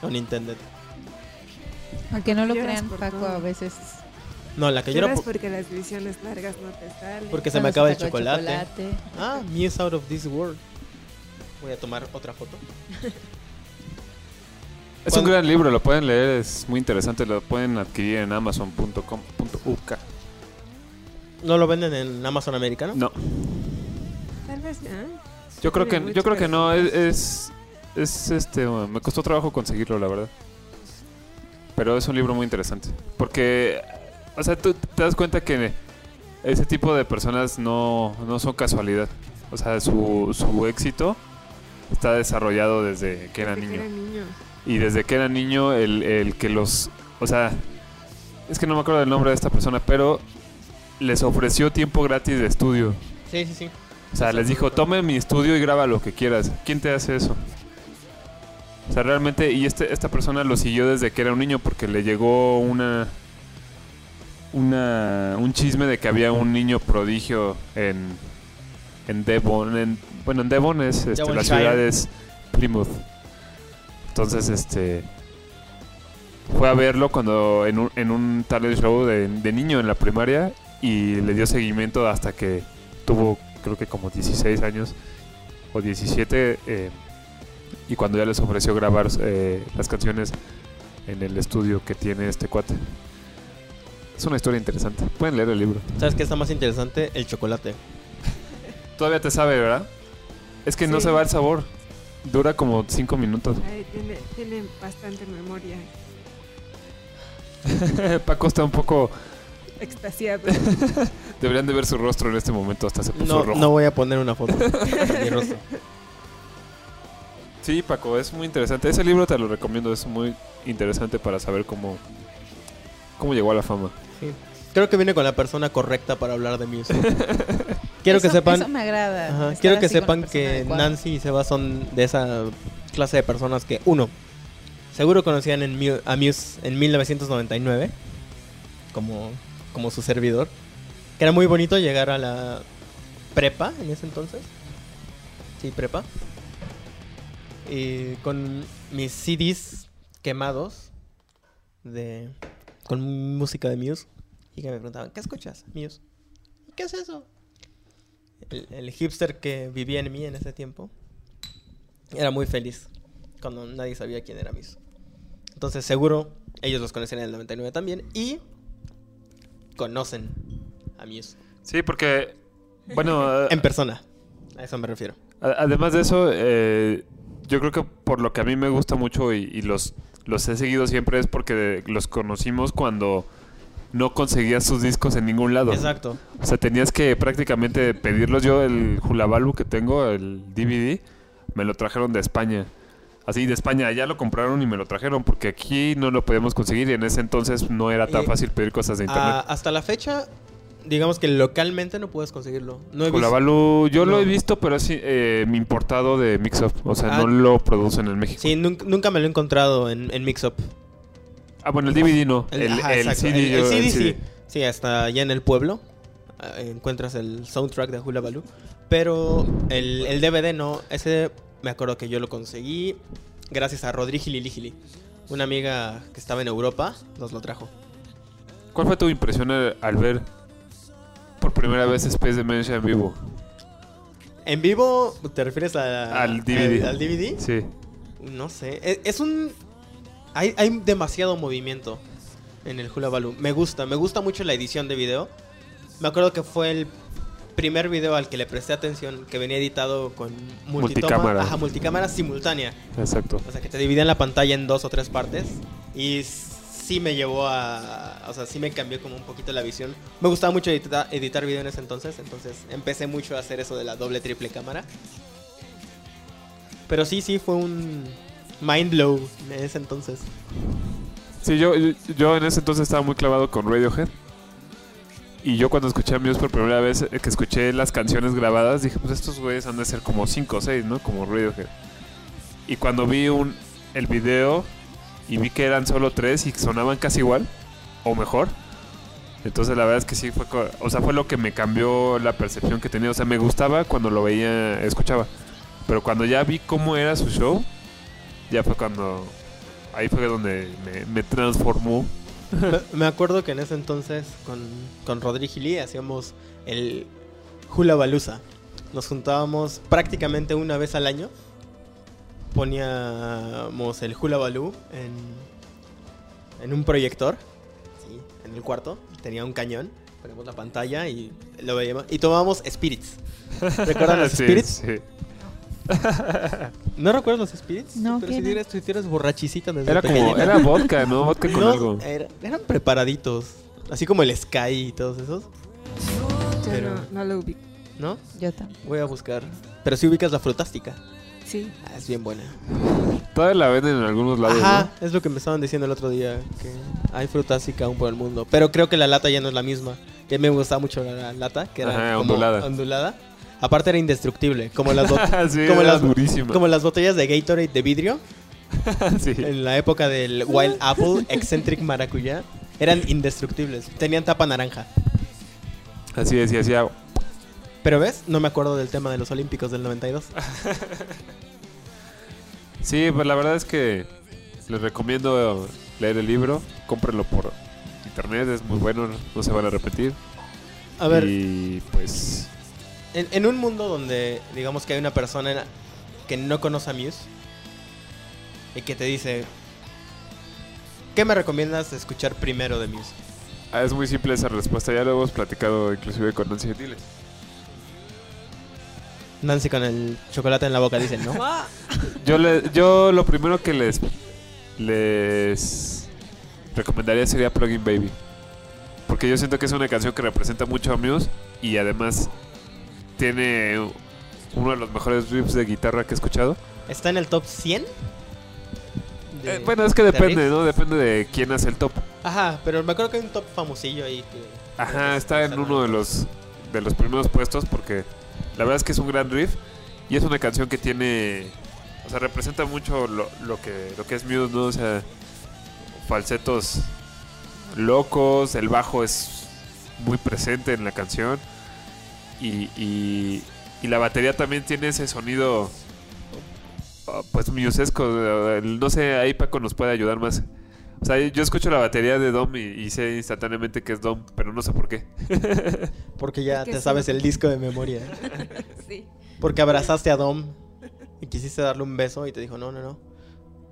con Nintendo.
Aunque no lo
Lloras
crean,
por
Paco
todo.
a veces
No, la que llora
Lloras
por-
porque las visiones largas no te salen.
porque se
cuando
me acaba el
te
chocolate. Ah, Muse Out of This World. Voy a tomar otra foto.
Es un gran libro, lo pueden leer, es muy interesante, lo pueden adquirir en amazon.com.uk.
¿No lo venden en Amazon americano?
No,
Tal vez, ¿ah?
yo creo
Tiene
que yo creo que
muchas
no es, es es, este bueno, me costó trabajo conseguirlo, la verdad. Pero es un libro muy interesante, porque o sea, tú te das cuenta que ese tipo de personas no, no son casualidad. O sea, su, su éxito está desarrollado desde que era
Porque
niño.
era niño.
Y desde que era niño, el, el que los. O sea, es que no me acuerdo del nombre de esta persona, pero les ofreció tiempo gratis de estudio.
Sí, sí, sí.
O sea, les dijo: tome mi estudio y graba lo que quieras. ¿Quién te hace eso? O sea, realmente. Y este, esta persona lo siguió desde que era un niño porque le llegó una. Una, un chisme de que había un niño prodigio en, en Devon. en- bueno, en Devon es este, la
Devonshire.
ciudad es Plymouth. Entonces, este. Fue a verlo cuando en un, en un talent show de, de niño en la primaria y le dio seguimiento hasta que tuvo, creo que como 16 años o 17. eh, y cuando ya les ofreció grabar eh, las canciones en el estudio que tiene este cuate. Es una historia interesante. Pueden leer el libro.
¿Sabes qué está más interesante? El chocolate.
Todavía te sabe, ¿verdad? Es que no
Sí.
se va el sabor. Dura como 5 (laughs) minutos.
Ay, tiene, tiene bastante memoria.
Paco está un poco...
(laughs)
Extasiado.
Deberían de ver su rostro en este momento. Hasta se puso
No,
rojo.
no voy a poner una
(laughs)
foto. Mi rostro.
Sí, Paco, es muy interesante. Ese libro te lo recomiendo. Es muy interesante para saber cómo... Cómo llegó a la fama.
Creo que viene con la persona correcta para hablar de
(laughs)
Muse. Quiero que
Eso-
sepan,
Eso me agrada.
ajá,
estar
quiero que
así con la
sepan
persona
que
adecuada.
Nancy y Seba son de esa clase de personas que uno seguro conocían en Mu- a Muse en 1999 como como su servidor. Que era muy bonito llegar a la prepa en ese entonces. Sí, prepa. Y con mis CDs quemados de con música de Muse y que me preguntaban, "¿Qué escuchas, Muse?" "¿Y ¿Qué es eso?" El, el hipster que vivía en mí en ese tiempo era muy feliz cuando nadie sabía quién era Muse. Entonces, seguro ellos los conocen en el 99 también y conocen a Muse
Sí, porque... Bueno... eh,
en persona. A eso me refiero.
A- Además de eso, eh, yo creo que por lo que a mí me gusta mucho y, y los, los he seguido siempre es porque los conocimos cuando no conseguías sus discos en ningún lado.
Exacto.
O sea, tenías que prácticamente pedirlos yo, el Julabalu que tengo, el DVD, me lo trajeron de España. Así, de España, allá lo compraron y me lo trajeron porque aquí no lo podíamos conseguir y en ese entonces no era tan
Y-
fácil pedir cosas de
Eh, Ah,
internet.
hasta la fecha, digamos que localmente no puedes conseguirlo. No he visto-
Julabalu, yo
no.
lo he visto, pero es eh, importado de Mixup. O sea,
Ah.
no lo producen en México.
Sí, nunca, nunca me lo he encontrado en, en Mixup.
Ah, bueno, el DVD no. El,
ajá,
el
exacto.
CD,
El- el
yo-
CD,
el
sí.
CD.
Sí, hasta allá en el pueblo ah, encuentras el soundtrack de Hula Baloo. Pero el, el DVD no. Ese me acuerdo que yo lo conseguí gracias a Rodri Gili Una amiga que estaba en Europa nos lo trajo.
¿Cuál fue tu impresión al, al ver por primera vez Space Dementia en vivo?
En vivo, ¿te refieres a-
Al DVD.
al- al DVD?
Sí.
No sé. e- Es, un. Hay, hay demasiado movimiento en el Hula Baloo. Me gusta, me gusta mucho la edición de video. Me acuerdo que fue el primer video al que le presté atención que venía editado con multitoma,
Multicámara.
Ajá, multicámara simultánea.
Exacto.
O sea, que te dividían la pantalla en dos o tres partes. Y s- sí me llevó a. O sea, sí me cambió como un poquito la visión. Me gustaba mucho edita- editar video en ese entonces. Entonces empecé mucho a hacer eso de la doble, triple cámara. Pero sí, sí, fue un. Mind blow en ese entonces.
Sí, yo, yo- yo en ese entonces estaba muy clavado con Radiohead. Y yo cuando escuché a Muse por primera vez, eh, que escuché las canciones grabadas, dije, pues estos güeyes han de ser como 5 o 6, ¿no? Como Radiohead. Y cuando vi un, el video y vi que eran solo tres y sonaban casi igual o mejor. Entonces la verdad es que sí fue, co- o sea, fue lo que me cambió la percepción que tenía. O sea, me gustaba cuando lo veía, escuchaba. Pero cuando ya vi cómo era su show, ya fue cuando, ahí fue donde me, me transformó.
Me- Me acuerdo que en ese entonces con, con Rodri Gili hacíamos el Hula Balusa. Nos juntábamos prácticamente una vez al año. Poníamos el Hula Balú en, en un proyector, sí, en el cuarto. Tenía un cañón, poníamos la pantalla y lo veíamos. Y tomábamos
(laughs)
Spirits. ¿Recuerdan los
Sí,
Spirits?
sí.
No recuerdo los Spirits,
No,
pero
¿qué
si
era?
eras, si eras borrachicita desde
Era como,
pequeñita.
era vodka, ¿no? Vodka con
No,
algo.
era- eran preparaditos. Así como el Sky y todos esos.
Yo
Pero-
no, no lo ubico.
¿No?
Yo también.
Voy a buscar. Pero si ubicas la frutástica.
Sí.
Ah, es bien buena.
Todavía la venden en algunos lados,
Ajá, es lo que me estaban diciendo el otro día. Que hay frutástica aún por el mundo. Pero creo que la lata ya no es la misma. Ya me gustaba mucho la, la lata, que era
Ajá,
como
ondulada.
ondulada. Aparte era indestructible. Como las,
(laughs)
bot- (laughs)
¿no? sí,
como
era
las-
durísima.
como las botellas de Gatorade de vidrio.
(laughs) Sí.
En la época del Wild Apple, Eccentric Maracuyá. Eran indestructibles. Tenían tapa naranja.
Así es, y hacía...
Pero ves, no me acuerdo del tema de los Olímpicos del 92.
Sí, pues la verdad es que les recomiendo leer el libro, cómprenlo por internet, es muy bueno, no se van a repetir.
A ver,
Y pues
en, en un mundo donde digamos que hay una persona en- que no conoce a Muse y que te dice, ¿qué me recomiendas escuchar primero de Muse?
ah, es muy simple esa respuesta, ya lo hemos platicado inclusive con Nancy Gentiles.
Nancy con el chocolate en la boca dice, ¿no?
(laughs)
Yo, le- yo lo primero que les, les recomendaría sería Plugin Baby. Porque yo siento que es una canción que representa mucho a Muse y además tiene uno de los mejores riffs de guitarra que he escuchado.
¿Está en el top 100? de-
Eh, bueno, es que
de
depende,
riffs?
¿no? Depende de quién hace el top.
Ajá, pero me acuerdo que hay un top famosillo ahí. que-
Ajá, está en
que-
uno de los de los primeros puestos porque la verdad es que es un gran riff y es una canción que tiene, o sea, representa mucho lo, lo que lo que es Muse, ¿no? O sea, falsetos locos, el bajo es muy presente en la canción y, y- y la batería también tiene ese sonido ah, pues musesco, eh, no sé, ahí Paco nos puede ayudar más. O sea, yo escucho la batería de Dom y, y sé instantáneamente que es Dom, pero no sé por qué.
Porque ya
Porque
te
sí.
sabes el disco de memoria. ¿eh?
(laughs) sí.
Porque abrazaste a Dom y quisiste darle un beso y te dijo, no, no, no.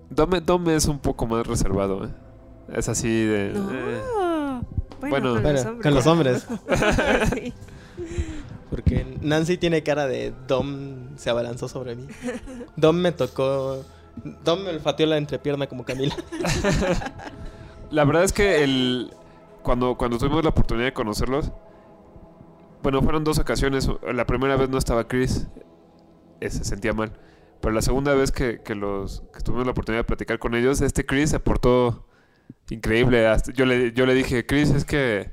Dom, Dom es un poco más reservado, ¿eh? Es así de...
No.
eh.
Bueno,
Bueno,
con los
bueno,
hombres.
con los hombres.
(laughs) sí.
Porque Nancy tiene cara de Dom se abalanzó sobre mí. Dom me tocó. Dom me olfateó la entrepierna como Camila.
La verdad es que el, cuando, cuando tuvimos la oportunidad de conocerlos, bueno, fueron dos ocasiones. La primera vez no estaba Chris, eh, se sentía mal. Pero la segunda vez que, que los, que tuvimos la oportunidad de platicar con ellos, este Chris aportó increíble. Hasta- yo, le, yo le dije, Chris, es que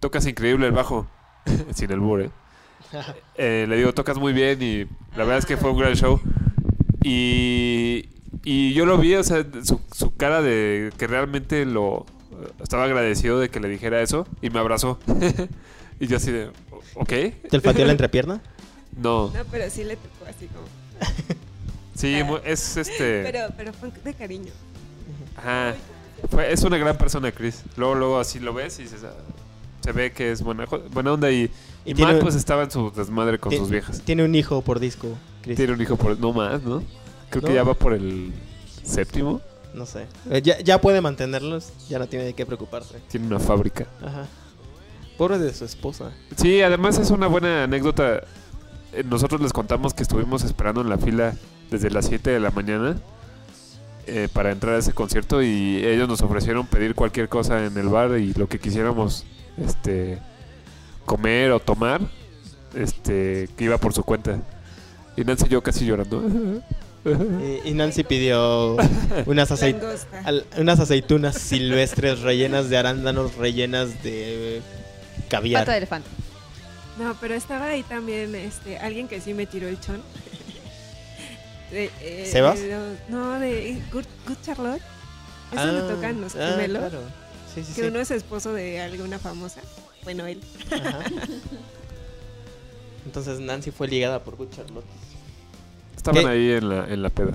tocas increíble el bajo, (laughs) sin el ¿eh? Eh, le digo, tocas muy bien y la verdad es que fue un gran show. Y, y yo lo vi, o sea, su, su cara de que realmente lo eh, estaba agradecido de que le dijera eso y me abrazó. (laughs) y yo así de,
(laughs)
ok,
¿Te olfateó la entrepierna?
no.
No, pero sí le tocó así como.
Sí, mu- es este...
Pero, pero fue de cariño.
Ajá. Fue- es una gran persona, Chris. Luego, luego así lo ves y dices, ah, se ve que es buena, jo- buena onda. Y,
Y
y
tiene-
Matt, pues estaba en su desmadre con
Ti-
sus viejas.
Tiene un hijo por disco, Chris.
Tiene un hijo por... No más, ¿no? Creo que
No.
ya va por el séptimo.
No sé. Eh, Ya, ya puede mantenerlos, ya no tiene de qué preocuparse.
Tiene una fábrica.
Ajá. Pobre de su esposa.
Sí, además es una buena anécdota. Eh, Nosotros les contamos que estuvimos esperando en la fila desde las 7 de la mañana eh, para entrar a ese concierto y ellos nos ofrecieron pedir cualquier cosa en el bar y lo que quisiéramos este, comer o tomar, este, que iba por su cuenta. Y Nancy y yo casi llorando. (laughs)
Y, y Nancy (laughs) pidió unas, acei-
Langosta.
Pues al- unas aceitunas silvestres rellenas de arándanos, rellenas de eh,
Pata de
caviar.
elefante.
No, pero estaba ahí también este, alguien que sí me tiró el chon. (laughs) eh, De, eh,
¿Sebas?
de los- no, de Good, Good Charlotte. Eso le toca a los
ah,
gemelos.
claro. Sí, sí,
que
sí.
uno es esposo de alguna famosa. Bueno, él.
Ajá. Entonces Nancy fue ligada por Good Charlotte.
Estaban
¿Qué?
ahí en la, en la peda.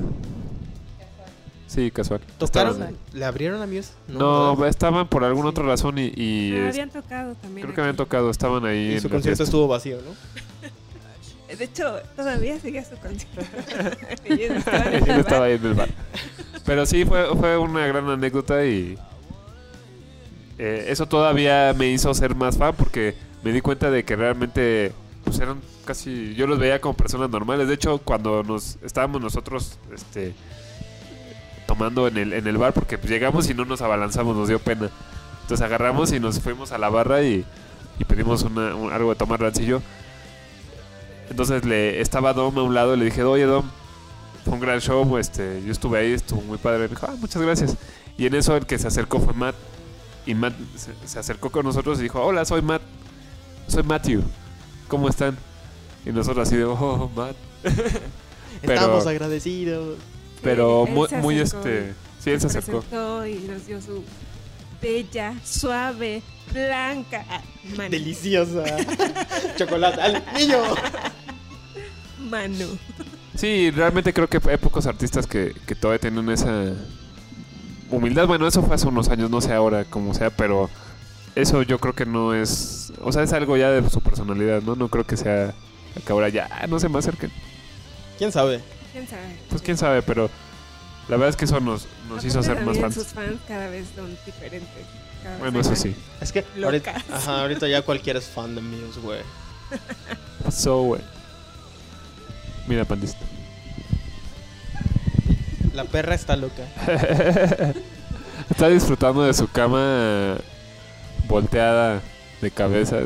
Sí, casual. Estaban-
¿Tocaron? ¿Le abrieron a Muse?
No, pues,
¿verdad?
estaban por alguna otra razón y, y,
Ah,
es-
habían tocado también.
creo que habían
aquí.
tocado, estaban ahí.
Y
en
su
la
concierto
fiesta.
estuvo vacío, ¿no?
De hecho, todavía seguía su
(laughs)
concierto. (laughs) Ellos estaban en
Él
el
estaba
bar.
ahí en el bar. Pero sí, fue, fue una gran anécdota y eh, eso todavía me hizo ser más fan porque me di cuenta de que realmente pues eran casi, yo los veía como personas normales. De hecho, cuando nos estábamos nosotros este, tomando en el, en el bar, porque pues, llegamos y no nos abalanzamos, nos dio pena. Entonces agarramos y nos fuimos a la barra y, y pedimos una- un- algo de tomar Nancy y yo. Entonces le estaba Dom a un lado y le dije, oye Dom, fue un gran show, este, yo estuve ahí, estuvo muy padre. Me dijo, ah, muchas gracias. Y en eso el que se acercó fue Matt. Y Matt se, se acercó con nosotros y dijo, hola, soy Matt. Soy Matthew. ¿Cómo están? Y nosotros así de, oh, Matt. Pero-
Estamos agradecidos.
Pero
Él
muy,
se
muy
acercó
este... Sí, él se acercó.
presentó y nos dio su bella, suave, blanca ah, mano.
Deliciosa. Chocolate. ¡Al niño!
mano.
Sí, realmente creo que hay pocos artistas que, que todavía tienen esa humildad. Bueno, eso fue hace unos años, no sé ahora cómo sea, pero eso yo creo que no es. O sea, es algo ya de su personalidad, ¿no? No creo que sea. Que ahora ya "Ah, no se me acerquen.
¿Quién sabe?
¿Quién sabe?
Pues quién sabe, pero la verdad es que eso nos, nos
Aparte
hizo ser más
también
fans.
sus fans cada vez son diferentes. cada vez
Bueno,
hay
eso
más.
sí.
Es que ahorita,
Locas.
ajá, ahorita ya cualquiera es fan de Muse, güey.
So, güey. Mira, pandista. (laughs)
La perra está loca.
Está disfrutando de su cama volteada de cabeza.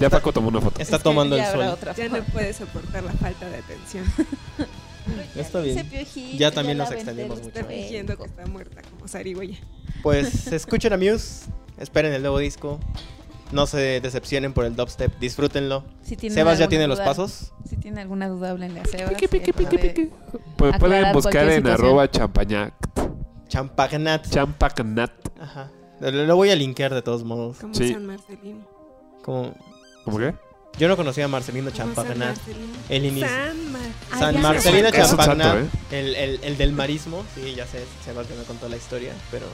Ya Paco tomó una foto.
Está
Es que
tomando el
ya habrá
sol.
otra
Ya
(laughs) foto.
no puede soportar la falta de atención.
Ya está bien. Ya también nos extendimos mucho.
Está fingiendo que está muerta como zarigüeya.
Pues escuchen a Muse, esperen el nuevo disco. No se decepcionen por el dubstep, disfrútenlo.
Si tienen
Sebas ya
alguna
tiene los
duda-
pasos.
Si tienen alguna duda, háblenle a Sebas.
Piqui, piqui,
él
piqui,
puede-
piqui. Pues
Aclarar
pueden buscar
cualquier
en
situación.
arroba champañac.
Champagnat.
Champagnat.
Ajá. Lo, lo voy a linkear de todos modos.
Como
Sí.
San Marcelino. Como
Como,
¿Cómo qué?
yo no conocía a Marcelino Champagnat.
Marcelino.
El inicio.
San Marcelino.
Ah,
San
ya.
Marcelino
Es un santo,
Champagnat.
¿eh?
El, el- el del marismo. Sí, ya sé, Sebastián me contó la historia, pero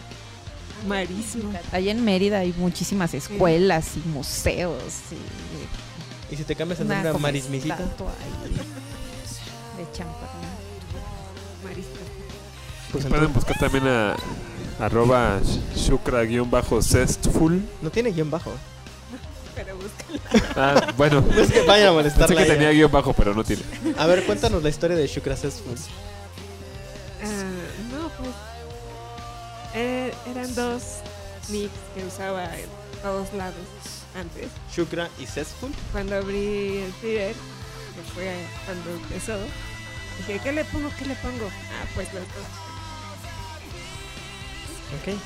Marismo.
Allá en Mérida hay muchísimas escuelas y museos. Y
¿Y si te cambias el
una
nombre a
como
Marismisita?
estatua ahí De champaña.
Marismo.
Pues
Pueden
entonces,
buscar también a arroba shukra-zestful.
no tiene guión bajo. (laughs)
Pero búscalo.
Ah, bueno.
Es que ¿eh? vayan a
Pensé
molestarla.
que
a ella.
tenía guión bajo, pero
(laughs)
no tiene.
A ver, cuéntanos la historia de Shukra Sesful.
Ah, no, pues. eh, eran dos nicks que usaba en todos lados antes.
Shukra y Sesful.
Cuando abrí el Twitter, que fue cuando empezó, dije, ¿qué le pongo? ¿Qué le pongo? Ah, pues los dos.
Ok.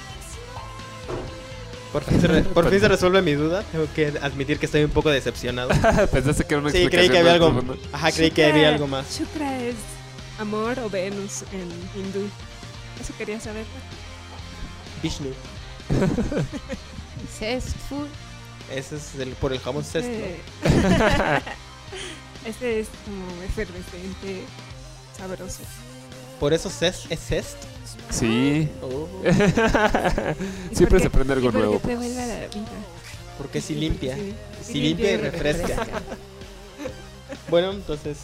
Por fin, se re- por fin se resuelve mi duda. Tengo que admitir que estoy un poco decepcionado.
Pensaste que era (laughs) una
Sí,
explicación.
creí que había
más
algo.
profunda.
Ajá, Ah, creí que había
Shukra-
algo más.
Shukra es amor o Venus en hindú. Eso quería saber.
Vishnu.
Zestful.
Ese es el, por el jamón Sesful.
Eh, (laughs) Este es como efervescente, sabroso.
Por eso Ses es Sest.
(laughs)
Sí.
Oh,
¿Y
Siempre
por
se
qué?
aprende algo
Y porque
nuevo.
te vuelve a la vida.
porque si limpia.
Sí.
Si limpia y refresca. Bueno, entonces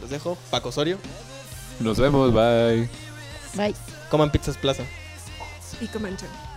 los dejo. Paco Osorio.
Nos vemos, bye.
Bye.
Coman Pizzas Plaza.
Y comanchón.